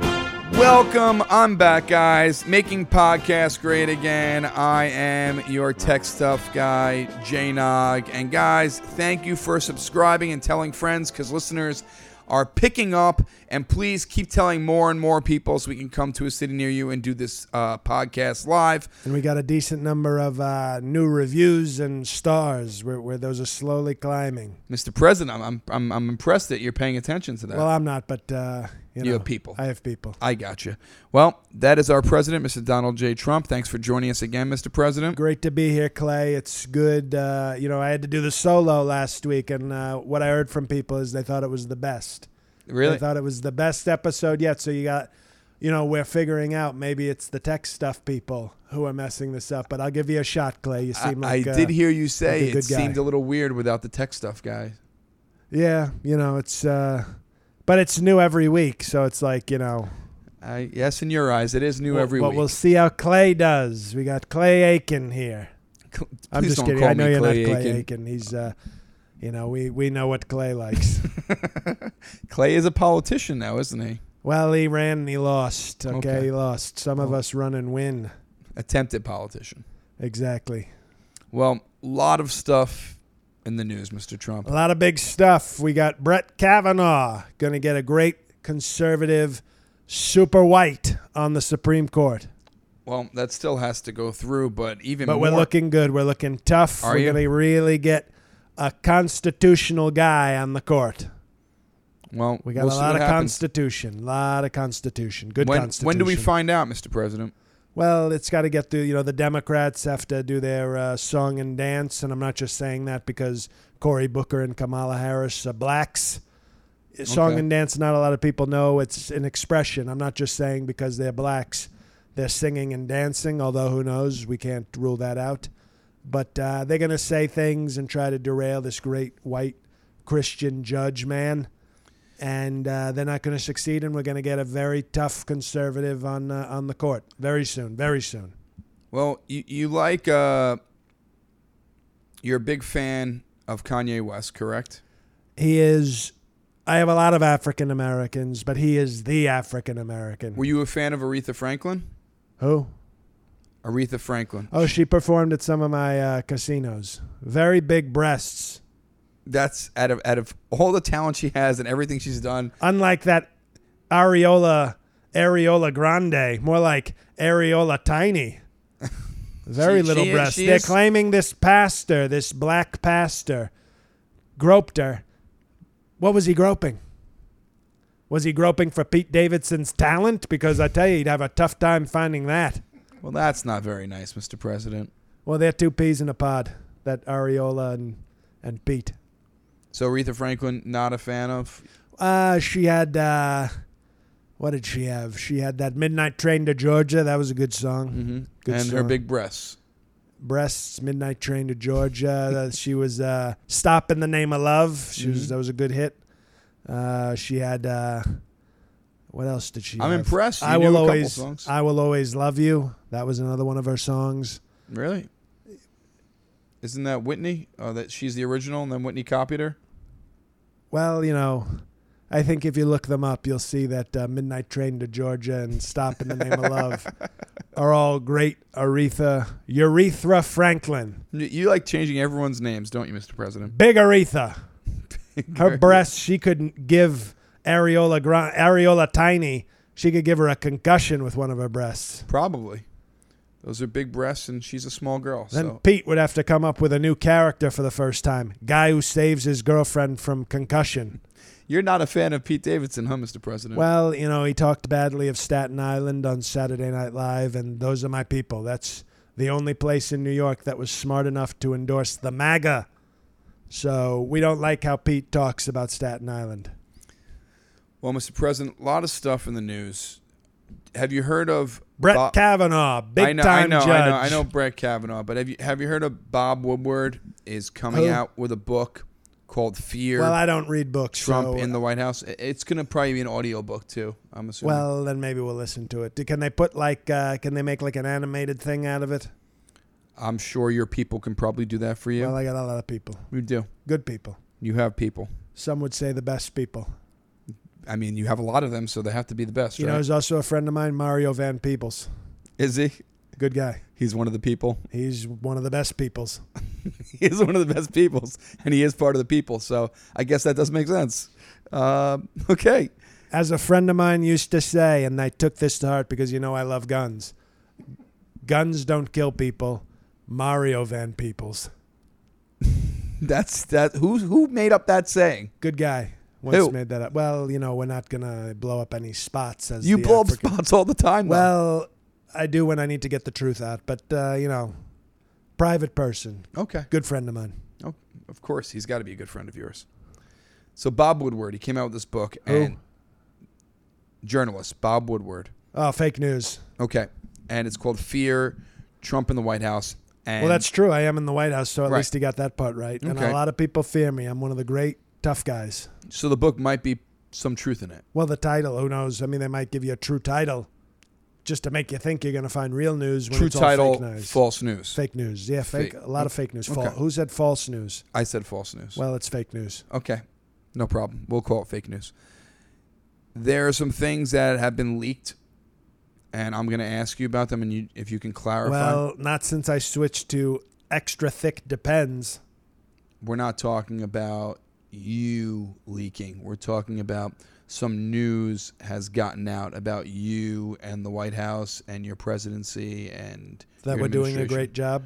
Welcome. I'm back, guys. Making podcast great again. I am your tech stuff guy, Jay Nog. And guys, thank you for subscribing and telling friends because listeners are picking up. And please keep telling more and more people so we can come to a city near you and do this uh, podcast live. And we got a decent number of uh, new reviews and stars where, where those are slowly climbing. Mr. President, I'm, I'm, I'm, I'm impressed that you're paying attention to that. Well, I'm not, but uh, you, know, have people. I have people. I got you. Well, that is our president, Mr. Donald J. Trump. Thanks for joining us again, Mr. President. Great to be here, Clay. It's good. Uh, you know, I had to do the solo last week, and uh, what I heard from people is they thought it was the best. Really? They thought it was the best episode yet. So you got, you know, we're figuring out maybe it's the tech stuff people who are messing this up. But I'll give you a shot, Clay. You I, seem like I uh, did hear you like say a it good guy. seemed a little weird without the tech stuff, guy. Yeah, you know, it's, uh, but it's new every week, so it's like you know. I, yes, in your eyes, it is new Well, every but week. we'll see how Clay does. We got Clay Aiken here. Cl- I'm please just don't kidding. call I know me you're Clay not Clay Aiken. Aiken. He's, uh, you know, we, we know what Clay likes. Clay is a politician now, isn't he? well, he ran and he lost. Okay, Okay. Oh. he lost. Some of us run and win. Attempted politician. Exactly. Well, a lot of stuff in the news, Mr. Trump. A lot of big stuff. We got Brett Kavanaugh going to get a great conservative, super white on the Supreme Court. Well, that still has to go through, but even But more, we're looking good. We're looking tough. Are we're you? going to really get a constitutional guy on the court. well, We got we'll a see lot what of happens. constitution, lot of constitution, good When, constitution. when do we find out, Mr. President? Well, it's got to get through. You know, the Democrats have to do their uh, song and dance, and I'm not just saying that because Cory Booker and Kamala Harris are blacks. Uh, Song Okay. and dance, not a lot of people know. It's an expression. I'm not just saying because they're blacks, they're singing and dancing. Although who knows? We can't rule that out. But uh, they're going to say things and try to derail this great white Christian judge man and uh, they're not going to succeed, and we're going to get a very tough conservative on uh, on the court very soon, very soon. Well, you, you like uh, you're a big fan of Kanye West, correct? He is. I have a lot of African Americans, but he is the African American. Were you a fan of Aretha Franklin? Who? Aretha Franklin. Oh, she performed at some of my uh, casinos. Very big breasts, That's out of out of all the talent she has and everything she's done. unlike that areola areola grande, more like areola tiny. Very She- little she is- breasts. she They're is- claiming this pastor, this black pastor, groped her. What was he groping? Was he groping for Pete Davidson's talent? Because I tell you, he'd have a tough time finding that. Well, that's not very nice, Mr. President. Well, they're two peas in a pod. That Ariola and and Pete. So Aretha Franklin, not a fan of. Uh, she had uh, what did she have? She had that Midnight Train to Georgia. That was a good song. Mm-hmm. Good and her song. big breasts. breasts, Midnight Train to Georgia. That she was uh, Stop in the Name of Love. She Mm-hmm. was that was a good hit. Uh, she had uh, what else did she? I'm have? impressed. You I knew will a couple always, songs. I will always love you. That was another one of her songs. Really? Isn't that Whitney? Oh, that she's the original, and then Whitney copied her. Well, you know, I think if you look them up, you'll see that uh, Midnight Train to Georgia and Stop in the Name of Love are all great Aretha, Urethra Franklin. You- You like changing everyone's names, don't you, Mr. President? Big Aretha. Her breasts, she couldn't give Areola, Gran- Areola Tiny, she could give her a concussion with one of her breasts. Probably. Those are big breasts, and she's a small girl. Then so. Pete would have to come up with a new character for the first time. Guy who saves his girlfriend from concussion. You're not a fan of Pete Davidson, huh, Mr. President? Well, you know, he talked badly of Staten Island on Saturday Night Live, and those are my people. That's the only place in New York that was smart enough to endorse the MAGA. So we don't like how Pete talks about Staten Island. Well, Mr. President, a lot of stuff in the news. Have you heard of Brett Bob- Kavanaugh, big I know, time I know, judge. I know, I know Brett Kavanaugh, but have you have you heard of Bob Woodward is coming Who? out with a book called Fear Well, I don't read books. Trump so- uh, in the White House? I- It's going to probably be an audiobook too, I'm assuming. Well, then maybe we'll listen to it. Can they put like? Uh, can they make like an animated thing out of it? I'm sure your people can probably do that for you. Well, I got a lot of people, we do. good people. You have people. Some would say the best people. I mean, you have a lot of them, so they have to be the best, You know, right? he's also a friend of mine, Mario Van Peebles. Is he? Good guy. He's one of the people. He's one of the best peoples. he is one of the best peoples, and he is part of the people. So I guess that does make sense. Uh, okay. As a friend of mine used to say, and I took this to heart because you know I love guns. Guns don't kill people. Mario Van Peebles. That's that. Who who made up that saying? Good guy. Once Who? made that up. Well, you know, we're not gonna blow up any spots as You the blow up African- spots all the time. though. Well, I do when I need to get the truth out, but uh, you know, private person, okay. good friend of mine. Oh, of course, he's got to be a good friend of yours. So Bob Woodward, he came out with this book and journalist Bob Woodward. Oh, fake news. Okay, and it's called Fear: Trump in the White House. And Well, that's true. I am in the White House, so at Right. least he got that part right. And Okay. a lot of people fear me. I'm one of the great tough guys. so the book might be some truth in it. Well, the title, who knows? I mean, they might give you a true title just to make you think you're going to find real news when True it's all fake title: news. False News. Fake news. Yeah, fake. Fake. A lot of fake news. Fal- Okay. Who said false news? I said false news. Well, it's fake news. Okay. No problem. We'll call it fake news. There are some things that have been leaked, and I'm going to ask you about them, and you, if you can clarify. Well, not since I switched to extra thick depends. we're not talking about you leaking. We're talking about some news has gotten out about you and the White House and your presidency and That your we're doing a great administration.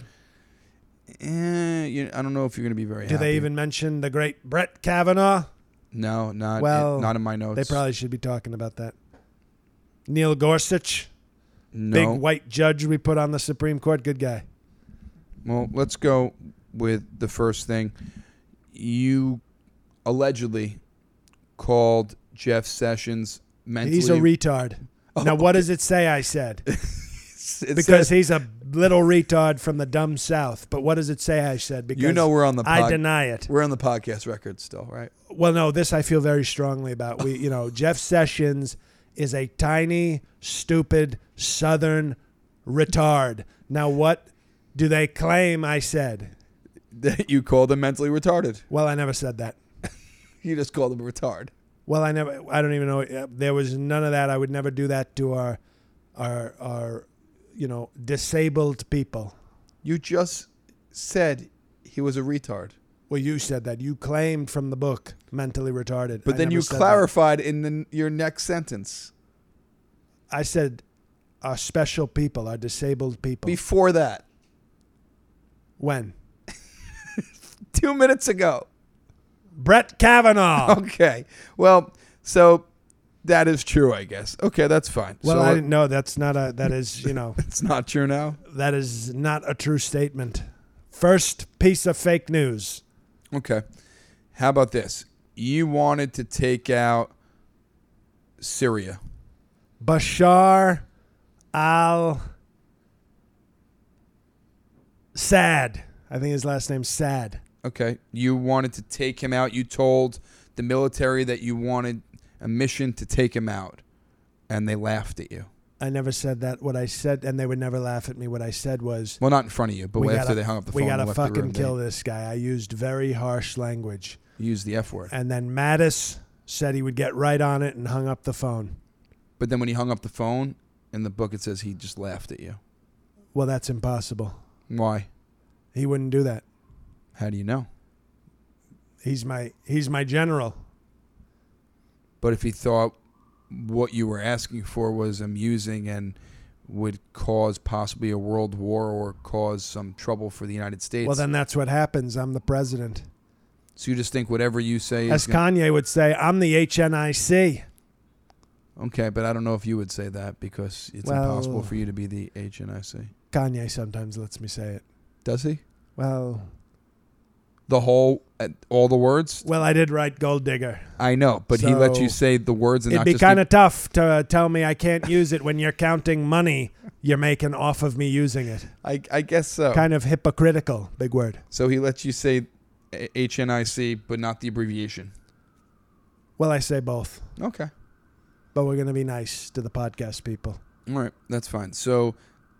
job. Eh, you, I don't know if you're going to be very. Do they even mention the great Brett Kavanaugh? No, not Well, not in my notes. They probably should be talking about that. Neil Gorsuch, no. big white judge we put on the Supreme Court, good guy. Well, let's go with the first thing. You allegedly called Jeff Sessions mentally. He's a retard. Oh, now, what does it say I said? It Because says- he's a little retard from the dumb South. But what does it say I said? Because you know we're on the. I pod- deny it. We're on the podcast record still, right? Well, no, this I feel very strongly about. We, you know, Jeff Sessions is a tiny, stupid Southern retard. Now, what do they claim I said? That you called him mentally retarded. Well, I never said that. You just called him a retard. Well, I never. I don't even know. uh, There was none of that. I would never do that to our, our, our, you know, disabled people. You just said he was a retard, Well, you said that. You claimed from the book mentally retarded. but I then never you said that. clarified in the, your next sentence. I said our special people, our disabled people. Before that, when? two minutes ago. Brett Kavanaugh. Okay. Well, so that is true, I guess. Okay, that's fine. Well, so I didn't know that's not a that is, you know, it's not true now. that is not a true statement. First piece of fake news. Okay. How about this? You wanted to take out Syria. Bashar al Sad. I think his last name's Sad. Okay. You wanted to take him out. You told the military that you wanted a mission to take him out, and they laughed at you. I never said that. What I said, and they would never laugh at me. What I said was, Well, not in front of you, but we after gotta, they hung up the phone, we gotta and left fucking the room, kill this guy. I used very harsh language. They used the F word. And then Mattis said he would get right on it and hung up the phone. But then when he hung up the phone In the book, it says he just laughed at you. Well, that's impossible. Why? He wouldn't do that. How do you know? He's my he's my general. But if he thought what you were asking for was amusing and would cause possibly a world war or cause some trouble for the United States, Well, then that's what happens. I'm the president. so you just think whatever you say As is gonna- Kanye would say, I'm the HNIC. okay. But I don't know if you would say that because it's Well- impossible for you to be the HNIC. Kanye sometimes lets me say it. Does he? Well, The whole, uh, all the words. well, I did write Gold Digger. I know, but he lets So- you say the words and It'd not be just the- kind of tough to uh, tell me I can't use it when you're counting money you're making off of me using it. I, I guess so. Kind of hypocritical, big word. So he lets you say A- HNIC, but not the abbreviation. Well, I say both, Okay. but we're going to be nice to the podcast people. All right. That's fine. So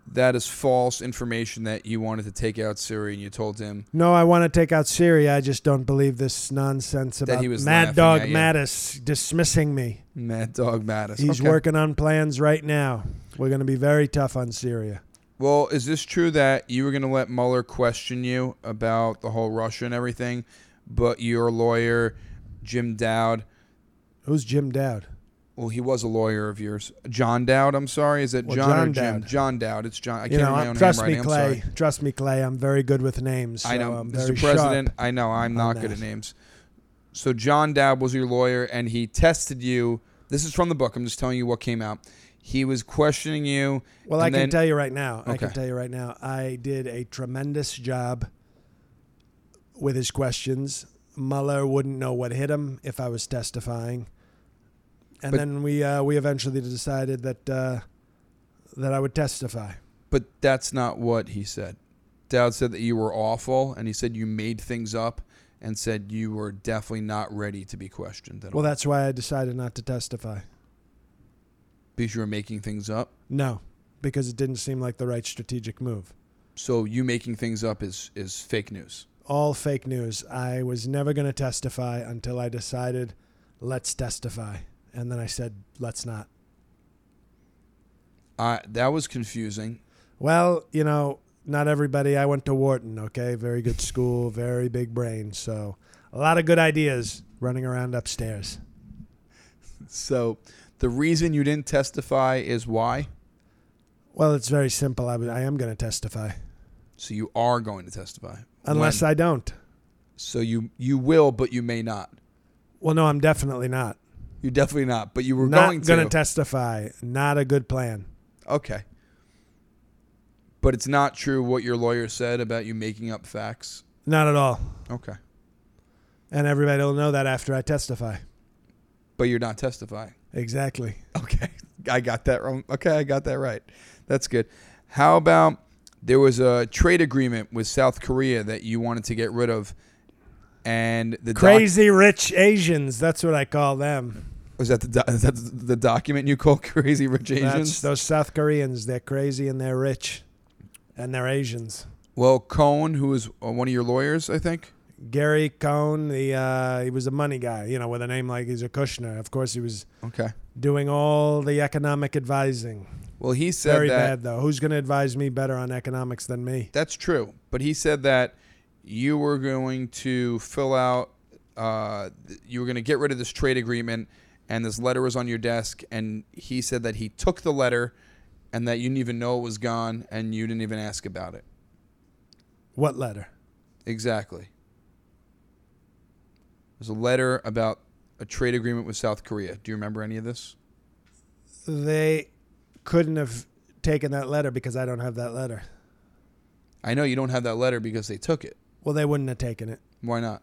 that is false information that you wanted to take out Siri and you told him. No, I want to take out Syria. I just don't believe this nonsense about he was Mad laughing Dog at you. Mattis dismissing me. Mad Dog Mattis. He's Okay. working on plans right now. We're going to be very tough on Syria. Well, is this true that you were going to let Mueller question you about the whole Russia and everything, but your lawyer, Jim Dowd, Who's Jim Dowd? well, he was a lawyer of yours. John Dowd, I'm sorry. Is it Well, John, or John Jim? Dowd. John Dowd. It's John. I You can't know, uh, remember my own trust me, handwriting. I'm sorry. Clay. Trust me, Clay. I'm very good with names. I so know, I'm very Mr. President. sharp. I know I'm on not good at that. names. So John Dowd was your lawyer, and he tested you. This is from the book. I'm just telling you what came out. He was questioning you. Well, I and can then- tell you right now. I can Okay. tell you right now. I did a tremendous job with his questions. Mueller wouldn't know what hit him if I was testifying, and But- then we uh, we eventually decided that uh, that I would testify. But that's not what he said. Dowd said that you were awful, and he said you made things up, and said you were definitely not ready to be questioned at Well, all that's why I decided not to testify. because you were making things up. No, because it didn't seem like the right strategic move. So you making things up is is fake news. All fake news. I was never going to testify until I decided, let's testify, and then I said, let's not. Uh, that was confusing. Well, you know, not everybody. I went to Wharton, okay? Very good school, very big brain. So, a lot of good ideas running around upstairs. So the reason you didn't testify is why. Well, it's very simple. I, w- I am going to testify, So you are going to testify. unless I don't. So you you will, but you may not. Well, no, I'm definitely not. You definitely not, but you were not going to. gonna testify. Not a good plan. okay. But it's not true what your lawyer said about you making up facts. Not at all. Okay. And everybody will know that after I testify. But you're not testifying. Exactly. Okay. I got that wrong. Okay, I got that right. That's good. How about there was a trade agreement with South Korea that you wanted to get rid of and the doc- Crazy rich Asians. That's what I call them. was that the do- is that the document you call crazy rich Asians? That's those South Koreans. They're crazy and they're rich, and they're Asians. Well, Cohen, who is uh, one of your lawyers, I think. Gary Cohn, the uh, he was a money guy, you know, with a name like he's a Kushner. Of course, he was Okay. doing all the economic advising. Well, he said Very that bad though. Who's going to advise me better on economics than me? that's true, but he said that you were going to fill out, uh, th- you were going to get rid of this trade agreement, and this letter was on your desk, and he said that he took the letter, and that you didn't even know it was gone, and you didn't even ask about it. What letter? Exactly. There's a letter about a trade agreement with South Korea. Do you remember any of this? They couldn't have taken that letter because I don't have that letter. I know you don't have that letter because they took it. Well, they wouldn't have taken it Why not?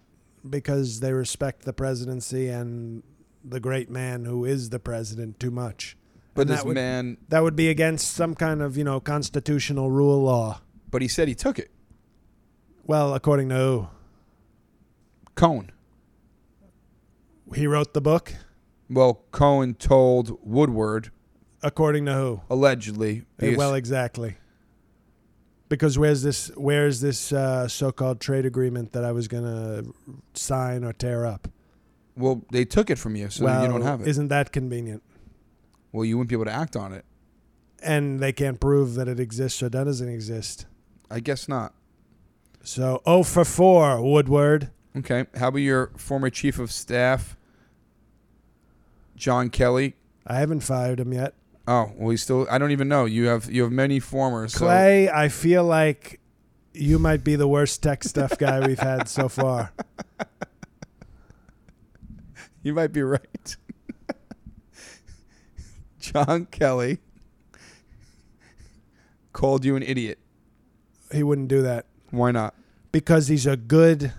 because they respect the presidency and the great man who is the president too much. But And this that would, man, that would be against some kind of, you know, constitutional rule law. but he said he took it. Well, according to who? Cohen. He wrote the book. Well, Cohen told Woodward, According to who? allegedly. Eh, because- Well, exactly. Because where's this? Where's this uh, so-called trade agreement that I was gonna sign or tear up? well, they took it from you, so well, you don't have it. Isn't that convenient? Well, you wouldn't be able to act on it. and they can't prove that it exists or that doesn't exist. I guess not. So, oh for four, Woodward. Okay. How about your former chief of staff, John Kelly? I haven't fired him yet. Oh, well, he's still. I don't even know. You have you have many formers. so- Clay, I feel like you might be the worst tech stuff guy we've had so far. You might be right. John Kelly called you an idiot. He wouldn't do that Why not? because he's a good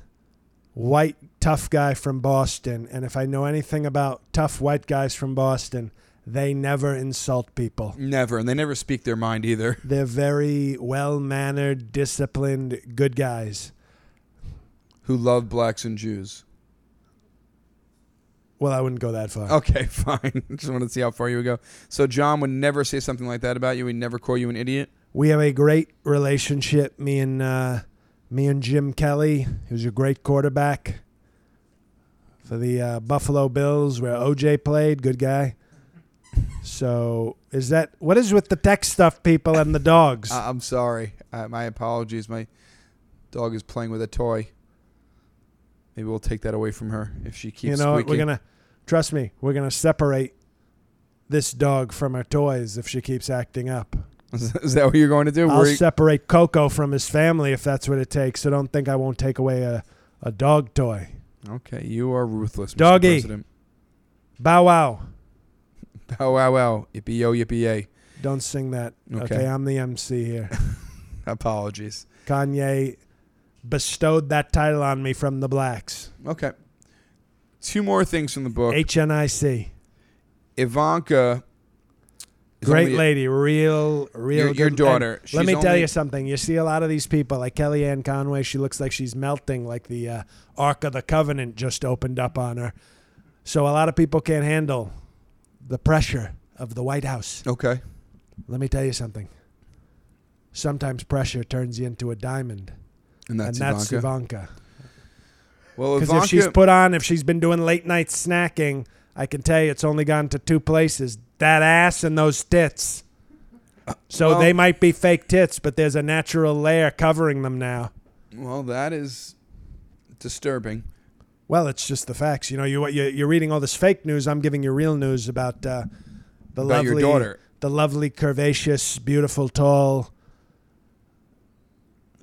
white tough guy from Boston. And if I know anything about tough white guys from Boston, they never insult people. Never. And they never speak their mind either. They're very well mannered, disciplined, good guys. Who love blacks and Jews. Well, I wouldn't go that far. Okay, fine. Just wanted to see how far you would go. So John would never say something like that about you. He'd never call you an idiot. We have a great relationship, me and uh, me and Jim Kelly, who's a great quarterback for the uh, Buffalo Bills, where OJ played. Good guy. So is that what is with the tech stuff, people, and the dogs? I- I'm sorry. Uh, my apologies. My dog is playing with a toy. Maybe we'll take that away from her if she keeps you know, what? squeaking. we're gonna trust me. We're gonna separate this dog from her toys if she keeps acting up. is that what you're going to do? I'll Worry- separate Coco from his family if that's what it takes. So don't think I won't take away a, a dog toy. Okay, you are ruthless, Mr. Doggy. President. Bow wow. Bow wow wow. Yippee yo yippee yay. Don't sing that. Okay. Okay. I'm the MC here. Apologies. Kanye bestowed that title on me from the blacks. Okay. Two more things from the book. HNIC. Ivanka. is Great only- lady, real, real. Your- your good- daughter, and she's Let me tell only- you something. You see a lot of these people, like Kellyanne Conway. She looks like she's melting, like the uh, Ark of the Covenant just opened up on her. So a lot of people can't handle the pressure of the White House. Okay. Let me tell you something. Sometimes pressure turns you into a diamond, And that's, and that's Ivanka. Ivanka. Well, Because Ivanka. if she's put on, if she's been doing late night snacking, I can tell you it's only gone to two places that ass and those tits. So well- they might be fake tits, but there's a natural layer covering them now. well, that is disturbing. Well, it's just the facts. You know, you, you, you're reading all this fake news. I'm giving you real news about uh, the About lovely your daughter. the lovely, curvaceous, beautiful, tall,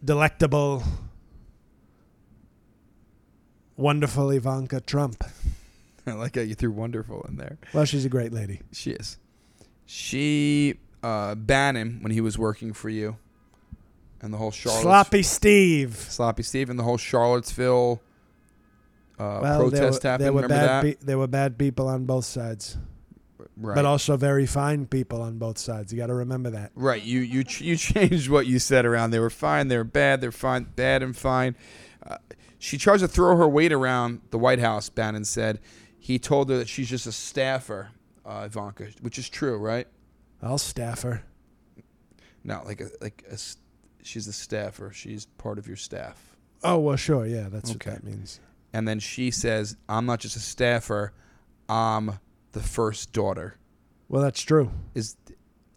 delectable, wonderful Ivanka Trump. I like how you threw wonderful in there. Well, she's a great lady. She is. She uh, banned him when he was working for you, and the whole Charlotte Sloppy Steve. sloppy Steve, and the whole Charlottesville uh, protest happened. there were Remember bad that? pe- there were bad people on both sides, right. but also very fine people on both sides. You got to remember that. Right. You you ch- you changed what you said around. They were fine. They were bad. They're fine. Bad and fine. Uh, she tried to throw her weight around the White House. Bannon said he told her that she's just a staffer, uh, Ivanka, which is true, right? I'll staff her. No, like a, like a, s- she's a staffer. She's part of your staff. Oh well, sure, yeah, that's Okay. what that means. And then she says, "I'm not just a staffer. I'm the first daughter." Well, that's true. Is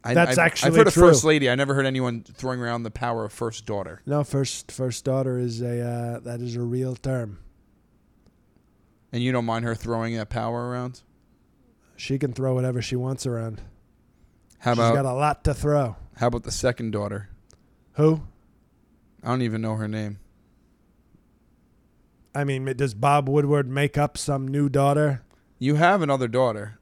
I, I've, That's I've actually heard a true. first lady. I never heard anyone throwing around the power of first daughter. No, first first daughter is a uh, that is a real term. And you don't mind her throwing that power around? She can throw whatever she wants around. How She's about got a lot to throw. how about the second daughter? Who? I don't even know her name. I mean, does Bob Woodward make up some new daughter? You have another daughter,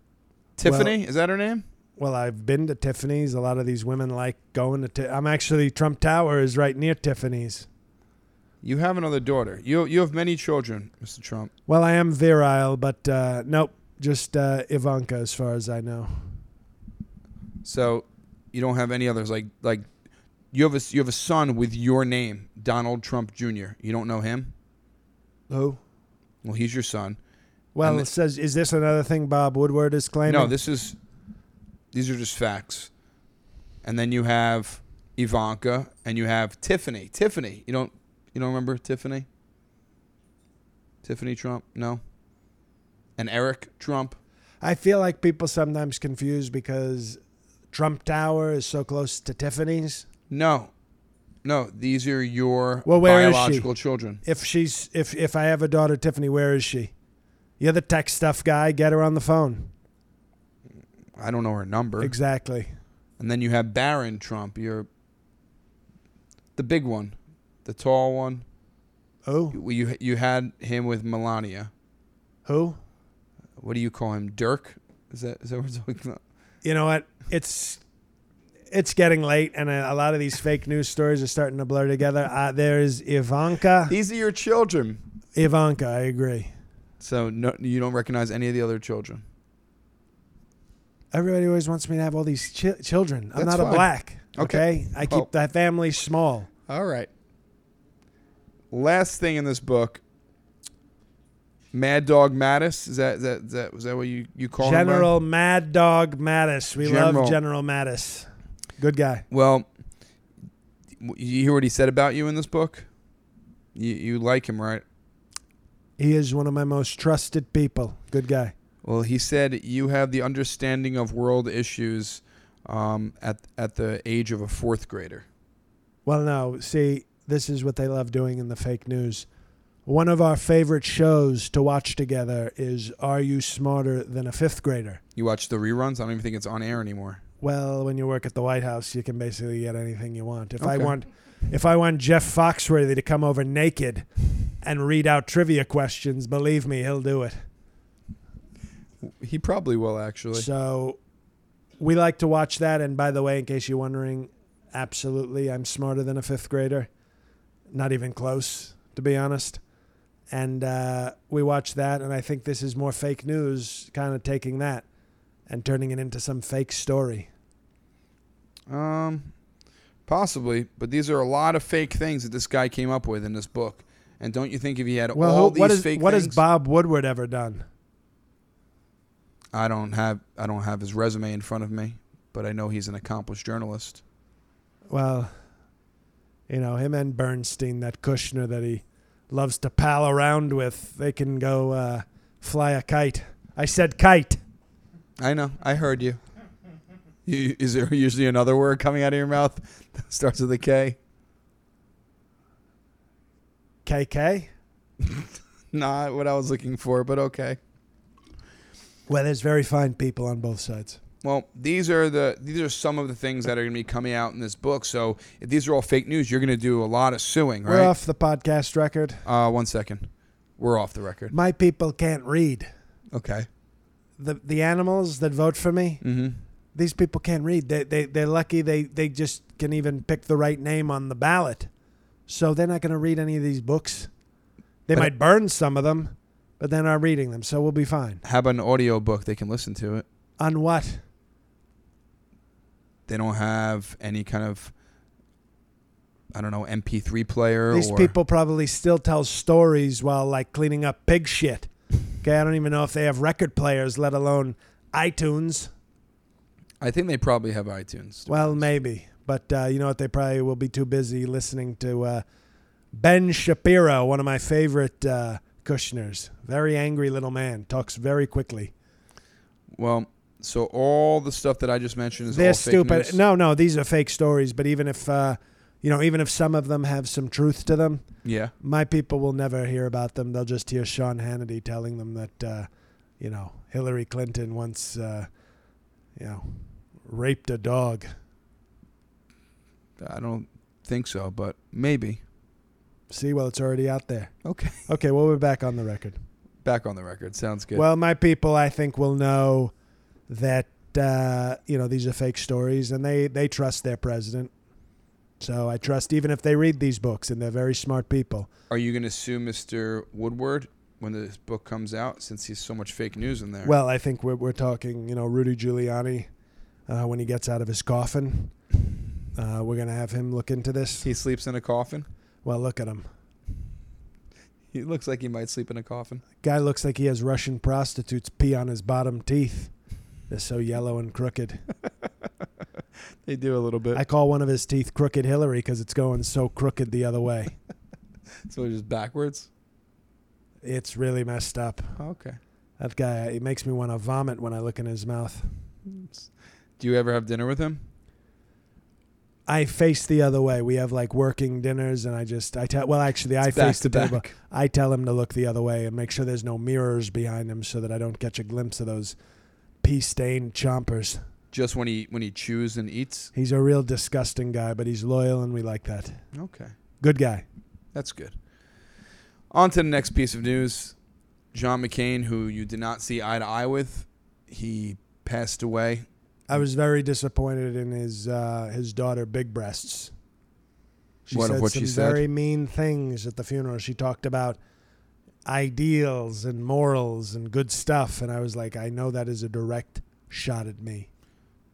Tiffany. is that her name? Well, I've been to Tiffany's. A lot of these women like going to. Ti- I'm actually Trump Tower is right near Tiffany's. You have another daughter. You you have many children, Mr. Trump. Well, I am virile, but uh, nope, just uh, Ivanka as far as I know. So you don't have any others. Like like you have a you have a son with your name, Donald Trump Jr. You don't know him. Who? Well, he's your son. Well, And it says is this another thing Bob Woodward is claiming? No, this is these are just facts. And then you have Ivanka, and you have Tiffany. Tiffany, you don't you don't remember Tiffany? Tiffany Trump, no. And Eric Trump. I feel like people sometimes confuse because Trump Tower is so close to Tiffany's. No, no, these are your Well, where is she? biological children. If she's if if I have a daughter Tiffany, where is she? You're the tech stuff guy. Get her on the phone. I don't know her number. Exactly. And then you have Barron Trump, your the big one, the tall one. Who? Well, You you had him with Melania. Who? What do you call him? Dirk? Is that is that what we're talking about? You know what? It's it's getting late, and a, a lot of these fake news stories are starting to blur together. Uh, there's Ivanka. These are your children. Ivanka, I agree. So no, you don't recognize any of the other children. Everybody always wants me to have all these chi- children. I'm That's not fine. a black. Okay. Okay, I Well- keep the family small. All right. Last thing in this book, Mad Dog Mattis. Is that is that is that was that what you you call him? Ryan? General Mad Dog Mattis. We General. love General Mattis. Good guy. Well, w- you hear what he said about you in this book. You you like him, right? He is one of my most trusted people. Good guy. Well, he said you have the understanding of world issues um, at at the age of a fourth grader. Well, no, see, this is what they love doing in the fake news. One of our favorite shows to watch together is Are You Smarter Than a Fifth Grader? You watch the reruns. I don't even think it's on air anymore. Well, when you work at the White House, you can basically get anything you want. If I Okay. want if I want Jeff Foxworthy to come over naked and read out trivia questions, believe me, he'll do it. He probably will actually. So we like to watch that. And by the way, in case you're wondering, absolutely, I'm smarter than a fifth grader. Not even close, to be honest. And uh, we watch that. And I think this is more fake news, kind of taking that and turning it into some fake story. Um, possibly, but these are a lot of fake things that this guy came up with in this book. And don't you think if he had Well, all who, these what, is, fake what has things, Bob Woodward ever done? I don't have I don't have his resume in front of me, but I know he's an accomplished journalist. Well, you know, him and Bernstein, that Kushner that he loves to pal around with, they can go uh, fly a kite. I said kite. I know. I heard you. you. Is there usually another word coming out of your mouth that starts with a K? KK? Not what I was looking for, but okay. Well, there's very fine people on both sides. Well, these are the these are some of the things that are going to be coming out in this book. So if these are all fake news, you're going to do a lot of suing, We're right? off the podcast record. Uh, one second, we're off the record. My people can't read. Okay. The the animals that vote for me, Mm-hmm. these people can't read. They they they're lucky they they just can even pick the right name on the ballot. So they're not going to read any of these books. They But- might burn some of them, but they're not reading them, so we'll be fine. How about an audio book? They can listen to it. On what? They don't have any kind of I don't know MP3 player. These or, people probably still tell stories while like cleaning up pig shit. Okay, I don't even know if they have record players, let alone iTunes. I think they probably have iTunes. Well, maybe, but uh, you know what? They probably will be too busy listening to uh, Ben Shapiro, one of my favorite uh, Kushners. Very angry little man, talks very quickly. Well, so all the stuff that I just mentioned is They're all fake stupid. news? No, no, these are fake stories. But even if uh, you know, even if some of them have some truth to them, Yeah. my people will never hear about them. They'll just hear Sean Hannity telling them that uh, you know Hillary Clinton once uh, you know raped a dog. I don't think so, but maybe. See, well, it's already out there. Okay. Okay, well, we're back on the record. Back on the record. Sounds good. Well, my people, I think, will know that uh, you know these are fake stories, and they they trust their president. So I trust, even if they read these books, and they're very smart people. Are you going to sue Mr. Woodward when this book comes out since he's so much fake news in there? Well, I think we're we're talking, you know, Rudy Giuliani uh, when he gets out of his coffin. Uh, we're gonna have him look into this. he sleeps in a coffin. Well, look at him. He looks like he might sleep in a coffin. Guy looks like he has Russian prostitutes pee on his bottom teeth. They're so yellow and crooked. They do a little bit. I call one of his teeth Crooked Hillary because it's going so crooked the other way. so just backwards. It's really messed up. Oh, Okay. That guy, it makes me want to vomit when I look in his mouth. Do you ever have dinner with him? I face the other way. We have like working dinners, and I just I tell. Well, actually, I back face the to table. back. I tell him to look the other way and make sure there's no mirrors behind him, so that I don't catch a glimpse of those pea-stained chompers. Just when he when he chews and eats. He's a real disgusting guy, but he's loyal, and we like that. Okay, Good guy. that's good. On to the next piece of news. John McCain, who you did not see eye to eye with, he passed away. I was very disappointed in his uh, his daughter, Big Breasts. She What of said what some she said? very mean things at the funeral. She talked about ideals and morals and good stuff, and I was like, I know that is a direct shot at me.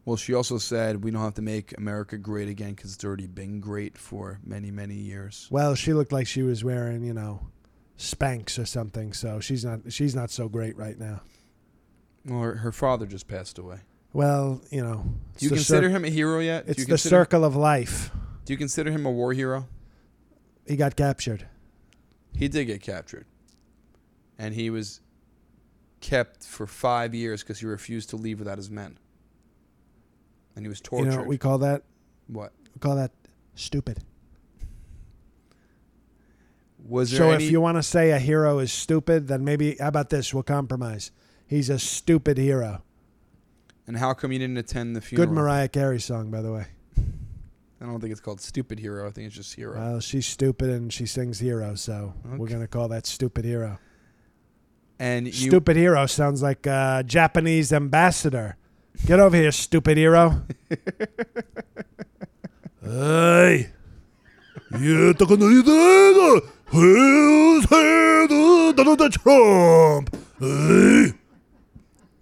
Well, she also said we don't have to make America great again because it's already been great for many many years. Well, she looked like she was wearing, you know, Spanx or something. So she's not she's not so great right now. Well, her, her father just passed away. Well, you know, it's Do you the consider cir- him a hero yet? do It's you the consider, circle of life. Do you consider him a war hero? He got captured. He did get captured, and he was kept for five years because he refused to leave without his men, and he was tortured. You know, what we call that what we call that stupid. was there? So any, if you want to say a hero is stupid, then maybe how about this? We'll compromise. He's a stupid hero. and how come you didn't attend the funeral? Good Mariah Carey song, by the way. I don't think it's called stupid hero. I think it's just hero. Well, she's stupid and she sings hero, so we're Okay. gonna call that stupid hero. and you, Stupid hero sounds like a Japanese ambassador. Get over here, stupid hero. hey. You took another- Who's here to Donald Trump? Hey.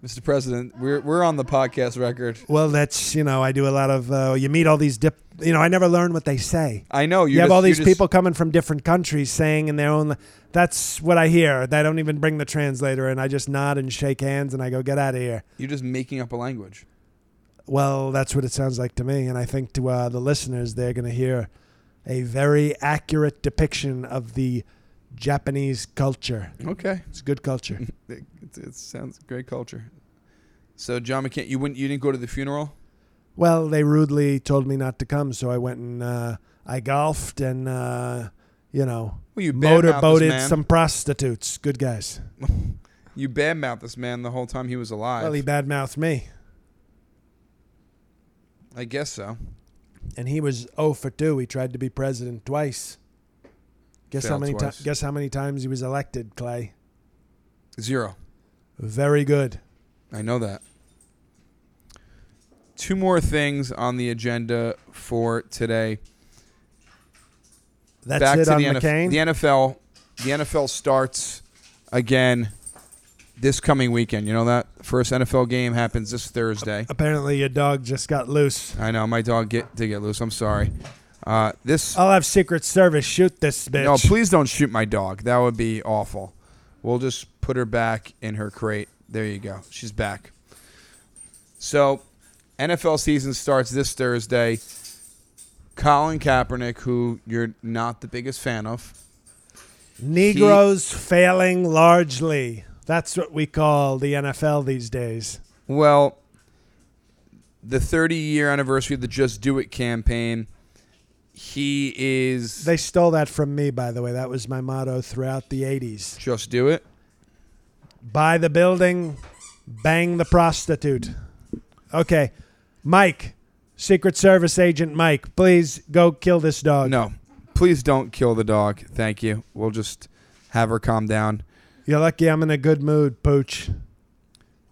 Mr. President, we're we're on the podcast record. Well, that's you know I do a lot of uh, you meet all these dip you know I never learn what they say. I know You, you, have just- all you these just- people coming from different countries saying in their own. That's what I hear. They don't even bring the translator, and I just nod and shake hands, and I go get out of here. You're just making up a language. Well, that's what it sounds like to me, and I think to uh, the listeners, they're going to hear a very accurate depiction of the Japanese culture. Okay, It's good culture. it, it, it sounds great culture. So John McCain, you wouldn't you didn't go to the funeral? Well, they rudely told me not to come, so I went and uh, I golfed and uh, you know Well, you badmouthed this motorboated man. some prostitutes. Good guys. You badmouthed this man the whole time he was alive. Well, he badmouthed me, I guess so. and he was 0 for two. He tried to be president twice. Guess how Failed many twice. times? Guess how many times he was elected, Clay? Zero. Very good. I know that. Two more things on the agenda for today. That's Back it to on the, NF McCain. the NFL. The NFL starts again this coming weekend. You know that first NFL game happens this Thursday. Apparently, your dog just got loose. I know my dog get did get loose. I'm sorry. Uh, this I'll have Secret Service shoot this Oh, bitch. no, please don't shoot my dog. That would be awful. We'll just put her back in her crate. There you go. She's back. So, NFL season starts this Thursday. Colin Kaepernick, who you're not the biggest fan of, Negroes failing largely. That's what we call the NFL these days. Well, the 30 year anniversary of the Just Do It campaign, he is They stole that from me, by the way. That was my motto throughout the 80s. Just Do It. Buy the building, bang the prostitute. Okay. Mike, Secret Service agent Mike, please go kill this dog. No, please don't kill the dog. Thank you. We'll just have her calm down. You're lucky I'm in a good mood, Pooch.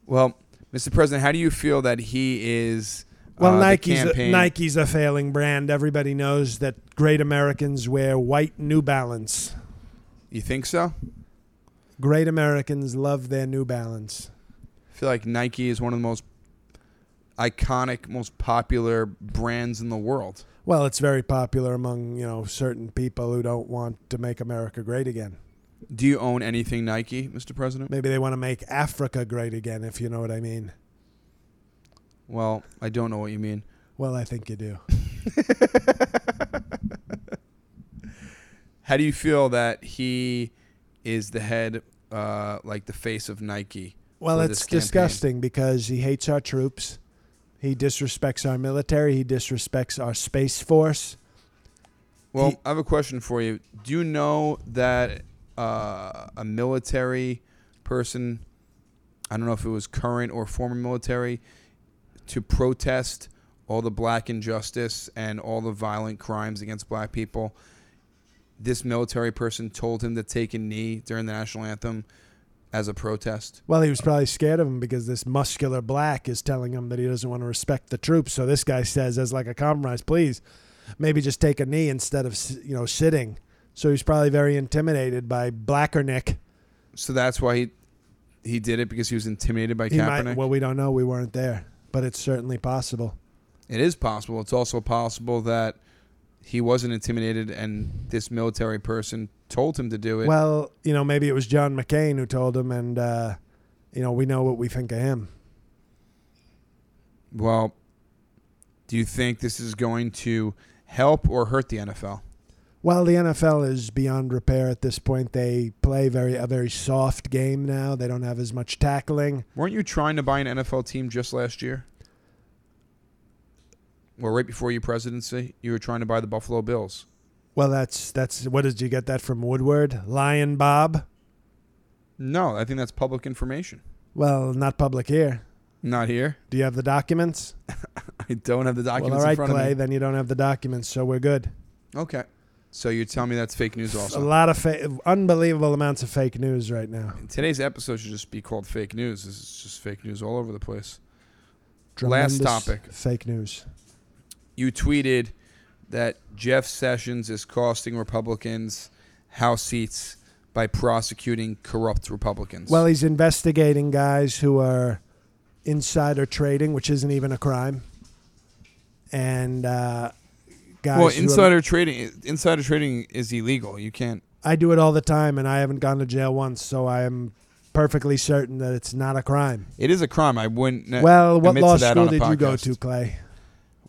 Well, Mr. President, how do you feel that he is? Well, uh, the Nike's a, campaign- Nike's a failing brand. Everybody knows that great Americans wear white New Balance. You think so? Great Americans love their New Balance. I feel like Nike is one of the most iconic, most popular brands in the world. Well, it's very popular among, you know, certain people who don't want to make America great again. Do you own anything Nike, Mr. President? Maybe they want to make Africa great again, if you know what I mean. Well, I don't know what you mean. Well, I think you do. How do you feel that he is the head, uh, like the face of Nike? Well, for this it's campaign? disgusting because he hates our troops. He disrespects our military. He disrespects our space force. Well, He- I have a question for you. Do you know that uh, a military person, I don't know if it was current or former military, to protest all the black injustice and all the violent crimes against black people, this military person told him to take a knee during the national anthem as a protest? Well, he was probably scared of him because this muscular black is telling him that he doesn't want to respect the troops. So this guy says, as like a compromise, please, maybe just take a knee instead of s- you know sitting. So he's probably very intimidated by Blackernick. So that's why he he did it because he was intimidated by He Kaepernick. might. Well, we don't know. We weren't there, but it's certainly possible. It is possible. It's also possible that he wasn't intimidated and this military person told him to do it. Well, you know, maybe it was John McCain who told him, and uh, you know, we know what we think of him. Well, do you think this is going to help or hurt the NFL? Well, the NFL is beyond repair at this point. They play very a very soft game now. They don't have as much tackling. Weren't you trying to buy an NFL team just last year? Well, right before your presidency, you were trying to buy the Buffalo Bills. Well, that's that's what did you get that from Woodward? Lion Bob? No, I think that's public information. Well, not public here. Not here. Do you have the documents? I don't have the Well, documents all right, in front Clay. of me. Then you don't have the documents, so we're good. Okay. So you're telling me that's fake news also. A lot of fa- unbelievable amounts of fake news right now. Today's episode should just be called fake news. This is just fake news all over the place. Tremendous topic. Fake news. You tweeted that Jeff Sessions is costing Republicans House seats by prosecuting corrupt Republicans. Well, he's investigating guys who are insider trading, which isn't even a crime, and uh, guys. well, who are- insider trading insider trading is illegal. You can't. I do it all the time, and I haven't gone to jail once, so I am perfectly certain that it's not a crime. It is a crime. I wouldn't. uh, Well, what admit law to that school on a did you go podcast. to, Clay?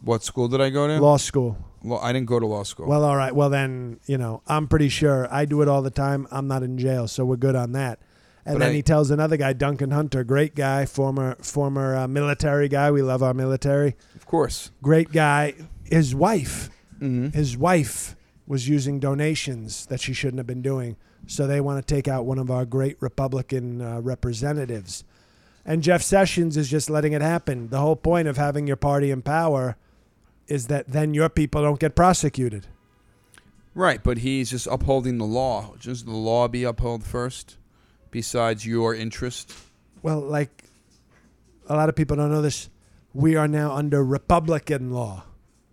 What school did I go to? Law school. Well, I didn't go to law school. Well, all right. Well, then, you know, I'm pretty sure I do it all the time. I'm not in jail, so we're good on that. And But then I- he tells another guy, Duncan Hunter, great guy, former former uh, military guy. We love our military. of course. Great guy. His wife, his wife was using donations that she shouldn't have been doing. So they want to take out one of our great Republican uh, representatives. And Jeff Sessions is just letting it happen. The whole point of having your party in power is that then your people don't get prosecuted. Right, but he's just upholding the law. Does the law be upheld first, besides your interest? well, like a lot of people don't know this, we are now under Republican law.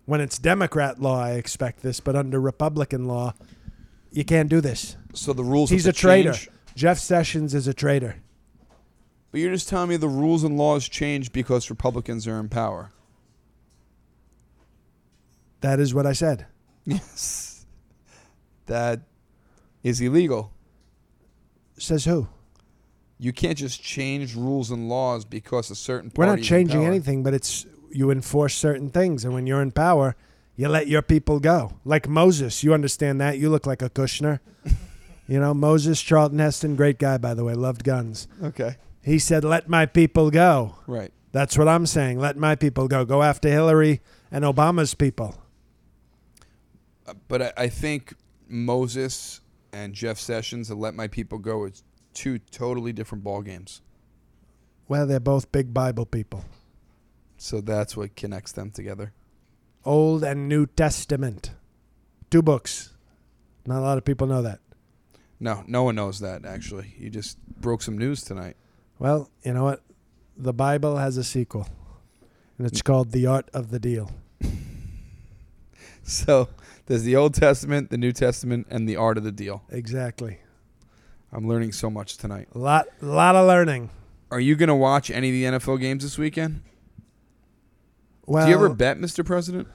When it's Democrat law, I expect this, but under Republican law, you can't do this. So the rules. He's a have to traitor. change? Jeff Sessions is a traitor. But you're just telling me the rules and laws change because Republicans are in power. That is what I said. Yes. That is illegal. Says who? You can't just change rules and laws because a certain We're not party is in changing power. anything, but it's you enforce certain things, and when you're in power, you let your people go. Like Moses, you understand that? You look like a Kushner. you know, Moses Charlton Heston, great guy by the way, loved guns. Okay. He said, "Let my people go." Right. That's what I'm saying. Let my people go. Go after Hillary and Obama's people. Uh, But I, I think Moses and Jeff Sessions and Let My People Go is two totally different ball games. Well, they're both big Bible people, So that's what connects them together. Old and New Testament. Two books. Not a lot of people know that. No, no one knows that actually. You just broke some news tonight. Well, you know what? The Bible has a sequel, and Mm. it's called The Art of the Deal. So there's the Old Testament, the New Testament, and the art of the deal. Exactly. I'm learning so much tonight. A lot, lot of learning. Are you going to watch any of the NFL games this weekend? Well, Do you ever bet, Mr. President?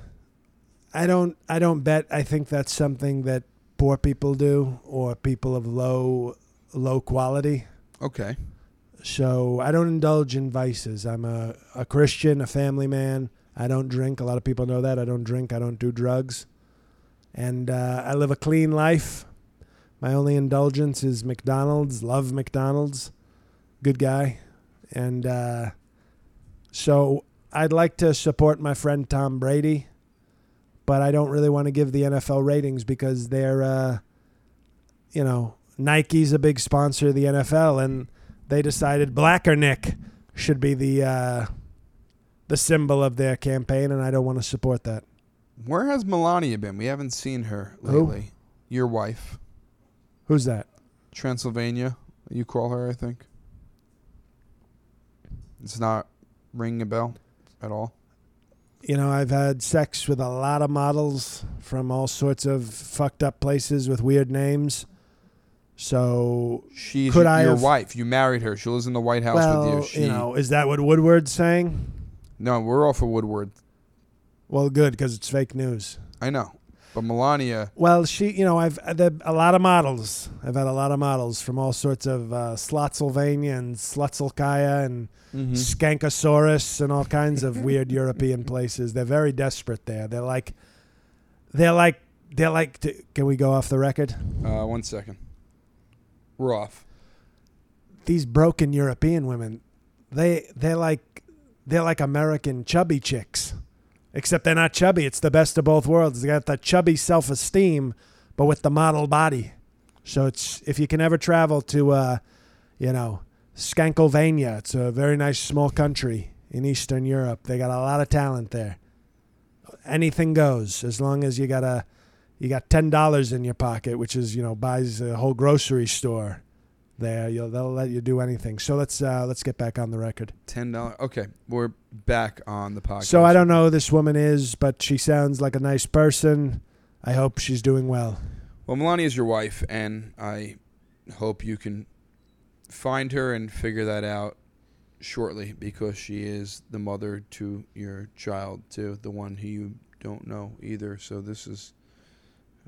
I don't I don't bet. I think that's something that poor people do or people of low low quality. Okay. So I don't indulge in vices. I'm a, a Christian, a family man. I don't drink. A lot of people know that. I don't drink. I don't do drugs. And uh, I live a clean life. My only indulgence is McDonald's. Love McDonald's. Good guy. And uh, so I'd like to support my friend Tom Brady, but I don't really want to give the NFL ratings because they're, uh, you know, Nike's a big sponsor of the NFL, and they decided black or Nick should be the uh, the symbol of their campaign, and I don't want to support that. Where has Melania been? We haven't seen her Who? lately. Your wife, Who's that? Transylvania. You call her, I think. It's not ringing a bell at all. You know, I've had sex with a lot of models from all sorts of fucked up places with weird names. So She's Could your I have- wife. You married her. She lives in the White House well, with you. She, you know, is that what Woodward's saying? no, we're all for Woodward. Well, good because it's fake news. I know, but Melania. Well, she, you know, I've uh, there a lot of models. I've had a lot of models from all sorts of uh, Slotsylvania and Slutzelkaya and Skankosaurus and all kinds of weird European places. They're very desperate there. They're like, they're like, they're like. t- can we go off the record? Uh, one second. We're off. These broken European women, they they're like, they're like American chubby chicks, except they're not chubby. It's the best of both worlds. They got the chubby self esteem, but with the model body. So it's if you can ever travel to, uh, you know, Skankovania, it's a very nice small country in Eastern Europe. They got a lot of talent there. Anything goes as long as you got a, you got ten dollars in your pocket, which is you know buys a whole grocery store. There, you'll, they'll let you do anything. So let's uh, let's get back on the record. Ten dollars. Okay, we're back on the podcast. So I don't know who this woman is, but she sounds like a nice person. I hope she's doing well. Well, Melania is your wife, and I hope you can find her and figure that out shortly because she is the mother to your child, too, the one who you don't know either. So this is.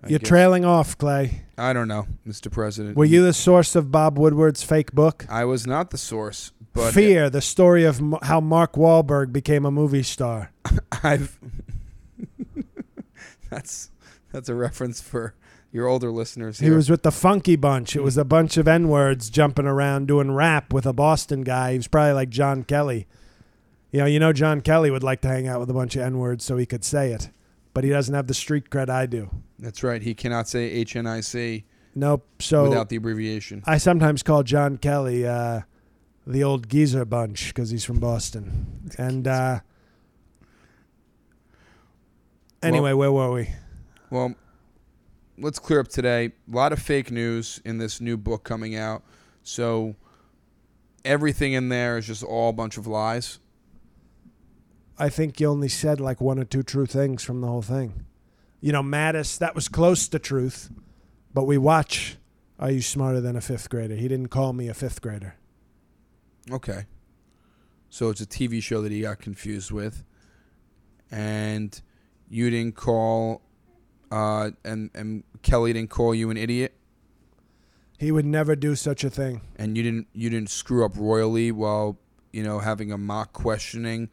I You're guess- trailing off, Clay. I don't know, Mr. President. Were you the source of Bob Woodward's fake book? I was not the source, but Fear, the story of m- how Mark Wahlberg became a movie star. I've. that's that's a reference for your older listeners. He here. was with the Funky Bunch. It Hmm. was a bunch of N words jumping around doing rap with a Boston guy. He was probably like John Kelly. You know, you know John Kelly would like to hang out with a bunch of N words so he could say it, but he doesn't have the street cred I do. That's right. He cannot say HNIC Nope. So without the abbreviation. I sometimes call John Kelly uh, the old geezer bunch because he's from Boston. And uh, anyway, where were we? Well, let's clear up today. A lot of fake news in this new book coming out. So everything in there is just all a bunch of lies. I think you only said like one or two true things from the whole thing. You know, Mattis, that was close to truth, but we watch Are You Smarter Than a Fifth Grader? He didn't call me a fifth grader. Okay. So it's a TV show that he got confused with. And you didn't call uh and and Kelly didn't call you an idiot He would never do such a thing. and you didn't you didn't screw up royally while, you know, having a mock questioning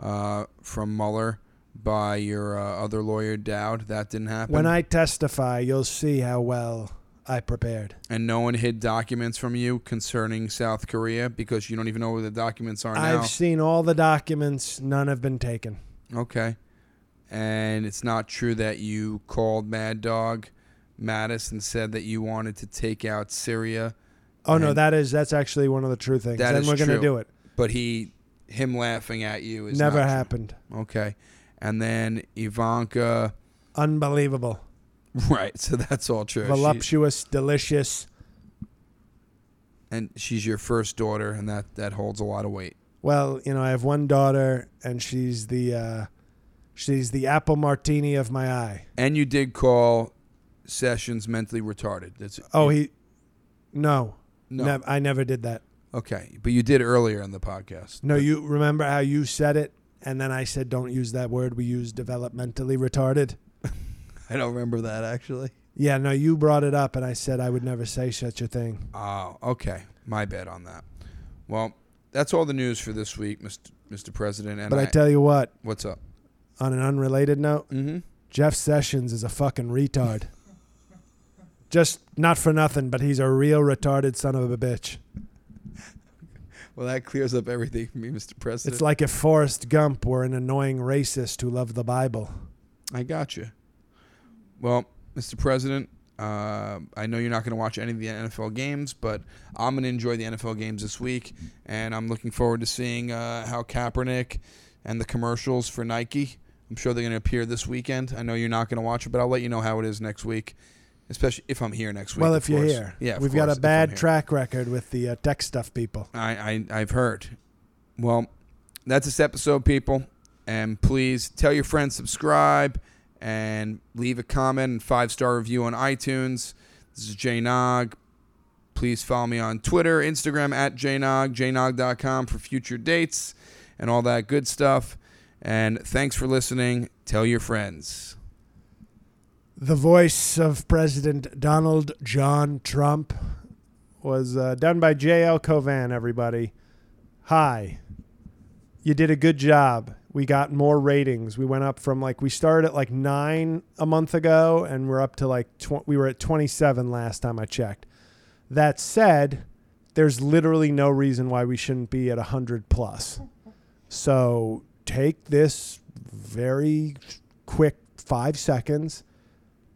uh from Mueller by your uh, other lawyer Dowd. That didn't happen. When I testify, you'll see how well I prepared. and no one hid documents from you concerning South Korea because you don't even know where the documents are now. I've seen all the documents, none have been taken. okay. And it's not true that you called Mad Dog Mattis and said that you wanted to take out Syria, Oh no, And- that is that's actually one of the true things. That and is we're gonna true. do it. but he him laughing at you is Never not true. happened. Okay. And then Ivanka Unbelievable. right, so that's all true. She- Voluptuous, delicious. and she's your first daughter and that that holds a lot of weight. Well, you know, I have one daughter and she's the uh she's the apple martini of my eye. And you did call Sessions mentally retarded. That's Oh he No. No. Nev- I never did that. Okay, but you did earlier in the podcast. No, you remember how you said it and then I said don't use that word. We use developmentally retarded. I don't remember that actually. Yeah, no, you brought it up and I said I would never say such a thing. Oh, okay. My bad on that. Well, that's all the news for this week, Mr. Mr. President. And But I tell you what, what's up? on an unrelated note, Mm-hmm. Jeff Sessions is a fucking retard. Just not for nothing, but he's a real retarded son of a bitch. Well, that clears up everything for me, Mr. President. It's like if Forrest Gump were an annoying racist who loved the Bible. I got you. Well, Mr. President, uh, I know you're not going to watch any of the NFL games, but I'm going to enjoy the NFL games this week, and I'm looking forward to seeing uh, how Kaepernick and the commercials for Nike. I'm sure they're going to appear this weekend. I know you're not going to watch it, but I'll let you know how it is next week, especially if I'm here next week. Well, of if you're course. here, yeah, of we've got course, if a I'm bad here. track record with the uh, tech stuff people. I, I I've heard. Well, that's this episode, people. And please tell your friends, subscribe, and leave a comment and five star review on iTunes. This is Jay Nog. Please follow me on Twitter, Instagram at jnog, jnog.com for future dates and all that good stuff. And thanks for listening. Tell your friends. The voice of President Donald John Trump was uh, done by J.L. Covan, everybody. Hi. You did a good job. We got more ratings. We went up from like, we started at like nine a month ago, and we're up to like, tw- we were at 27 last time I checked. That said, there's literally no reason why we shouldn't be at 100 plus. So take this very quick five seconds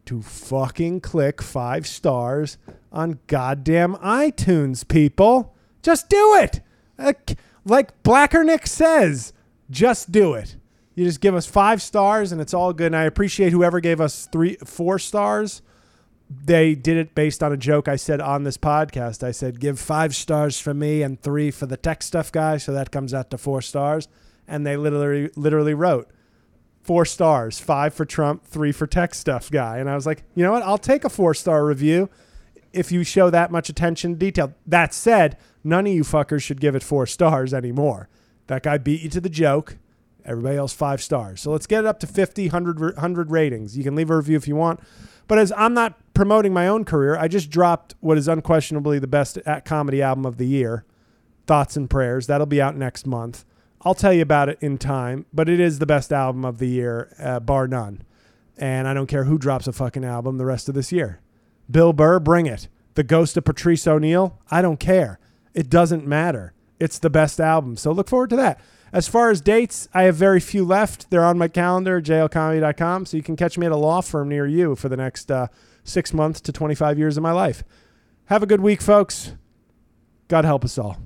to fucking click five stars on goddamn iTunes, people. Just do it. Like, like Blacker Nick says, just do it. You just give us five stars and it's all good. And I appreciate whoever gave us three, four stars. They did it based on a joke I said on this podcast. I said, give five stars for me and three for the tech stuff guy. So that comes out to four stars. And they literally, literally wrote, four stars, five for Trump, three for tech stuff guy. And I was like, you know what? I'll take a four star review if you show that much attention to detail. That said, none of you fuckers should give it four stars anymore. That guy beat you to the joke. Everybody else five stars. So let's get it up to 50, 100, r- 100 ratings. You can leave a review if you want. But as I'm not promoting my own career, I just dropped what is unquestionably the best at comedy album of the year. Thoughts and Prayers. That'll be out next month. I'll tell you about it in time, but it is the best album of the year, uh, bar none. And I don't care who drops a fucking album the rest of this year. Bill Burr, bring it. The Ghost of Patrice O'Neill, I don't care. It doesn't matter. It's the best album. So look forward to that. As far as dates, I have very few left. They're on my calendar, jlcomedy.com. So you can catch me at a law firm near you for the next uh, six months to 25 years of my life. Have a good week, folks. God help us all.